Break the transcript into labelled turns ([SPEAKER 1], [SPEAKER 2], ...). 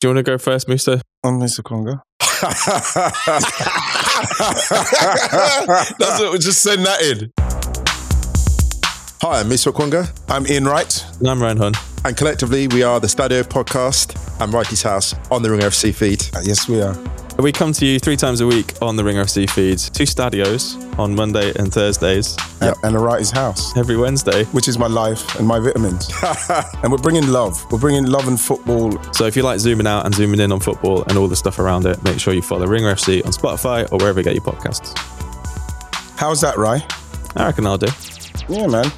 [SPEAKER 1] Do you want to go first, Musa?
[SPEAKER 2] I'm Mr. Conga.
[SPEAKER 3] That's it. Just send that in. Hi, I'm Mr. Kwonga. I'm Ian Wright.
[SPEAKER 1] And I'm Ranhon.
[SPEAKER 3] And collectively, we are the Stadio podcast and Righty's House on the Ring FC feed.
[SPEAKER 2] Uh, Yes, we are.
[SPEAKER 1] We come to you three times a week on the Ring FC feeds, two stadios on Monday and Thursdays,
[SPEAKER 2] Yep. And the right is house,
[SPEAKER 1] every Wednesday.
[SPEAKER 2] which is my life and my vitamins. and we're bringing love. We're bringing love and football.
[SPEAKER 1] So if you like zooming out and zooming in on football and all the stuff around it, make sure you follow Ring FC on Spotify or wherever you get your podcasts.
[SPEAKER 2] How's that, Rye?
[SPEAKER 1] I reckon I'll do.
[SPEAKER 2] Yeah, man.